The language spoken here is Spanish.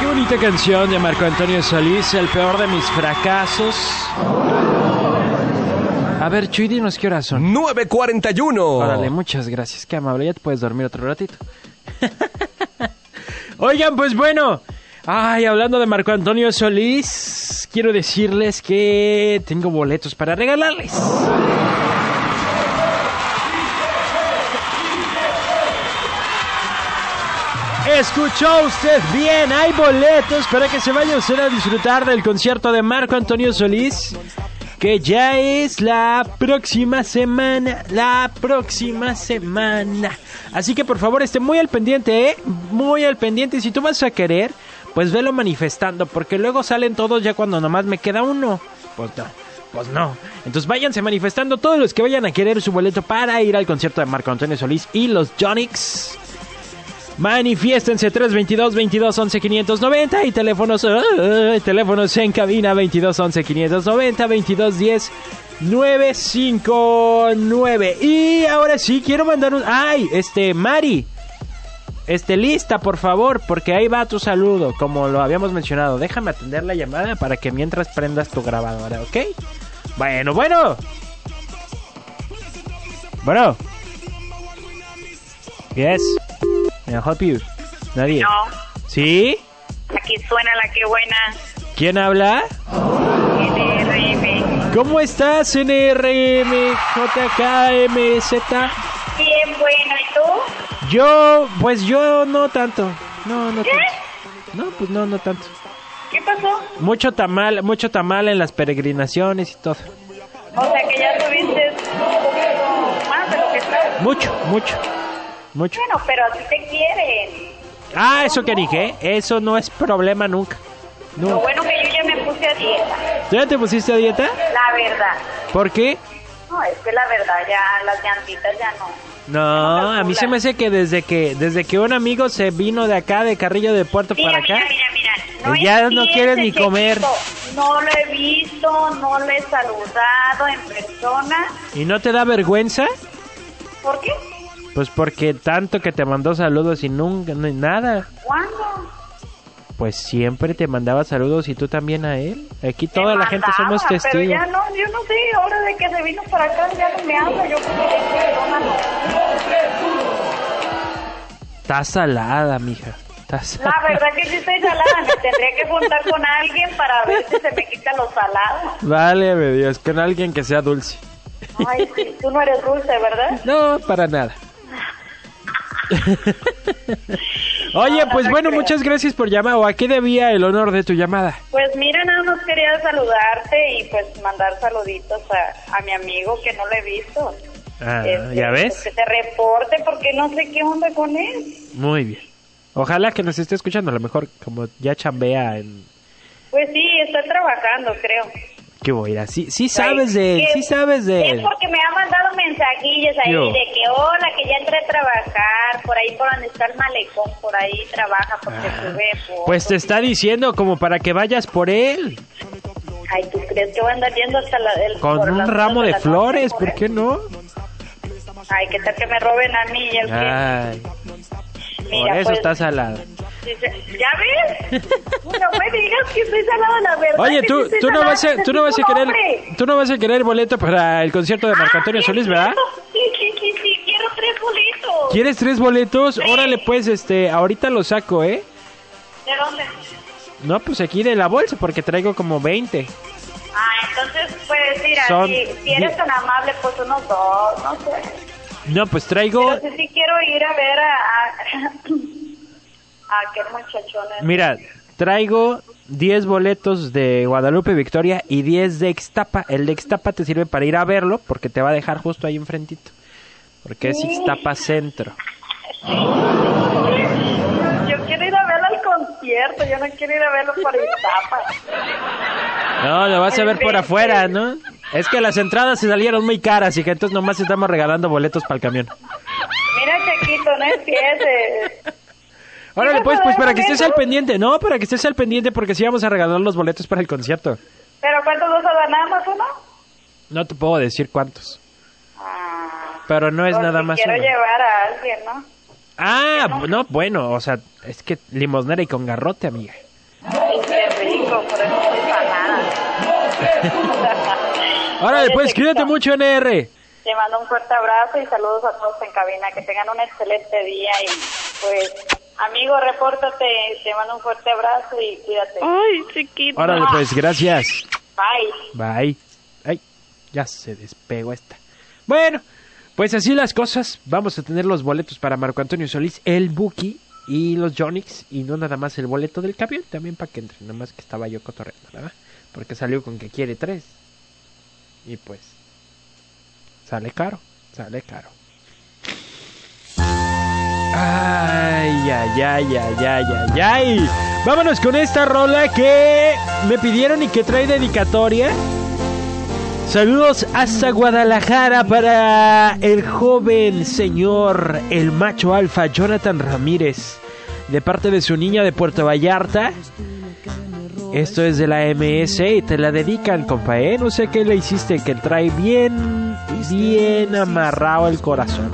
Excelente canción de Marco Antonio Solís, el peor de mis fracasos. A ver, Chuy, dinos qué horas son. 941. Órale, muchas gracias, qué amable. Ya te puedes dormir otro ratito. Oigan, pues bueno. Ay, hablando de Marco Antonio Solís, quiero decirles que tengo boletos para regalarles. Escuchó usted bien, hay boletos para que se vaya usted a disfrutar del concierto de Marco Antonio Solís, que ya es la próxima semana, la próxima semana. Así que por favor esté muy al pendiente, ¿eh? muy al pendiente. Si tú vas a querer, pues velo manifestando, porque luego salen todos ya cuando nomás me queda uno. Pues no, pues no. Entonces váyanse manifestando todos los que vayan a querer su boleto para ir al concierto de Marco Antonio Solís y los Jonix. Manifiéstense 322 22 11 590 y teléfonos uh, teléfonos en cabina 22 11 590 22 10 959 y ahora sí quiero mandar un ay este Mari este lista por favor porque ahí va tu saludo como lo habíamos mencionado déjame atender la llamada para que mientras prendas tu grabadora ¿ok? bueno bueno bueno yes May I help you? Nadie. No, ¿Sí? aquí suena la que buena. ¿Quién habla? NRM. ¿Cómo estás, NRM, JKMZ? Bien buena, ¿y tú? Yo, pues yo no tanto. No, no ¿Qué? tanto. No, pues no, no tanto. ¿Qué pasó? Mucho tamal, mucho tamal en las peregrinaciones y todo. O sea que ya tuviste un poquito más de lo que estás. Mucho, mucho, mucho. Bueno, pero a ti te quieren. Ah, eso que dije, ¿eh? eso no es problema nunca. Lo Nunca. bueno que yo ya me puse a dieta, ¿Ya te pusiste a dieta? la verdad. ¿Por qué? No, es que la verdad ya las llantitas ya no. No, a mí se me hace que desde que desde que un amigo se vino de acá, de Carrillo de Puerto Mira, para acá. mira, mira, mira. Ya no entiendes, quieres ni comer. chiquito. No lo he visto, no lo he saludado en persona. ¿Y no te da vergüenza? ¿Por qué? Pues porque tanto que te mandó saludos y nunca, ni nada. ¿Cuándo? Pues siempre te mandaba saludos y tú también a él. Aquí toda Me la gente somos mandaba, Pero testigos. ya no, yo no sé, ahora de que se vino para acá ya no me habla, yo creo que le perdónalo. Está salada, mija. Está salada. La verdad que sí estoy salada, me tendría que juntar con alguien para ver si se me quita lo salado. Válgame Dios, con alguien que sea dulce. Ay, sí, tú no eres dulce, ¿verdad? No, para nada. Oye, No, no, pues no bueno, creo. muchas gracias por llamar. ¿O a qué debía el honor de tu llamada? Pues mira, nada más quería saludarte y pues mandar saluditos a, a mi amigo que no lo he visto. Ah, Este, ¿ya pues, ves? Que se reporte porque no sé qué onda con él. Muy bien. Ojalá que nos esté escuchando, a lo mejor como ya chambea en... Pues sí, está trabajando, creo. ¿Qué voy a ir a- Sí, sí sabes de él, Que- sí sabes de Es él. porque me ha mandado mensajillos ahí Yo. de que hola, que ya entré a trabajar, por ahí por donde está el malecón, por ahí trabaja porque sube fotos. Pues te está diciendo como para que vayas por él, Ay, ¿tú crees que voy a andar yendo hasta la, el, con por un las ramo dos de la flores, noche, ¿por qué no? él? Ay, que tal que me roben a mí y el Ay, que... Ah, por eso pues, está salada. dice- ¿Ya ves? no me digas que estoy salada, la verdad. Oye, que sí tú, estoy tú no salada, vas a, tú no vas a necesito un hombre. querer, tú no vas a querer boleto para el concierto de Marco Ah, Antonio sí, Solís, es ¿verdad? cierto. Sí, sí, sí, sí, quiero tres boletos. ¿Quieres tres boletos? Órale, pues, este, ahorita lo saco, ¿eh? ¿De dónde? No, pues aquí de la bolsa, porque traigo como 20. Ah, entonces puedes ir Son así. Si eres die- tan amable, pues unos dos, no sé. No, pues traigo... Pero sí, sí quiero ir a ver a... a... a aquel muchachón. ese. Mira, traigo 10 boletos de Guadalupe Victoria y 10 de Ixtapa. El de Ixtapa te sirve para ir a verlo porque te va a dejar justo ahí enfrentito. Porque es Ixtapa Centro. Yo quiero ir a verlo al concierto, yo no quiero ir a verlo por Iztapa. No, lo vas a ver por afuera, ¿no? Es que las entradas se salieron muy caras y que entonces nomás estamos regalando boletos para el camión. Mira, chiquito, no empieces. Órale, pues, pues para que estés al pendiente, ¿no? Para que estés al pendiente porque sí vamos a regalar los boletos para el concierto. ¿Pero cuántos dos a dar nada más uno? No te puedo decir cuántos, Ah, pero no es pues nada sí más Quiero uno. llevar a alguien, ¿no? Ah, no, bueno, o sea, es que limosnera y con garrote, amiga. Órale, Oye, pues te cuídate quiero. mucho, NR. Te mando un fuerte abrazo y saludos a todos en cabina. Que tengan un excelente día y pues, amigo, repórtate. Te mando un fuerte abrazo y cuídate. Ay, chiquito. Órale, pues, gracias. Bye. Bye. Ay, ya se despegó esta. Bueno, pues así las cosas. Vamos a tener los boletos para Marco Antonio Solís, el Buki y los Jonix. Y no nada más el boleto del camión, también para que entre. Nada más que estaba yo cotorreando, ¿verdad? Porque salió con que quiere tres. Y pues, sale caro, sale caro. Ay, ay, ay, ay, ay, ay, ay. Vámonos con esta rola que me pidieron y que trae dedicatoria. Saludos hasta Guadalajara para el joven señor, el macho alfa, Jonathan Ramírez, de parte de su niña de Puerto Vallarta. Esto es de la MS y te la dedican, compa, ¿eh? No sé qué le hiciste, que trae bien, bien amarrado el corazón.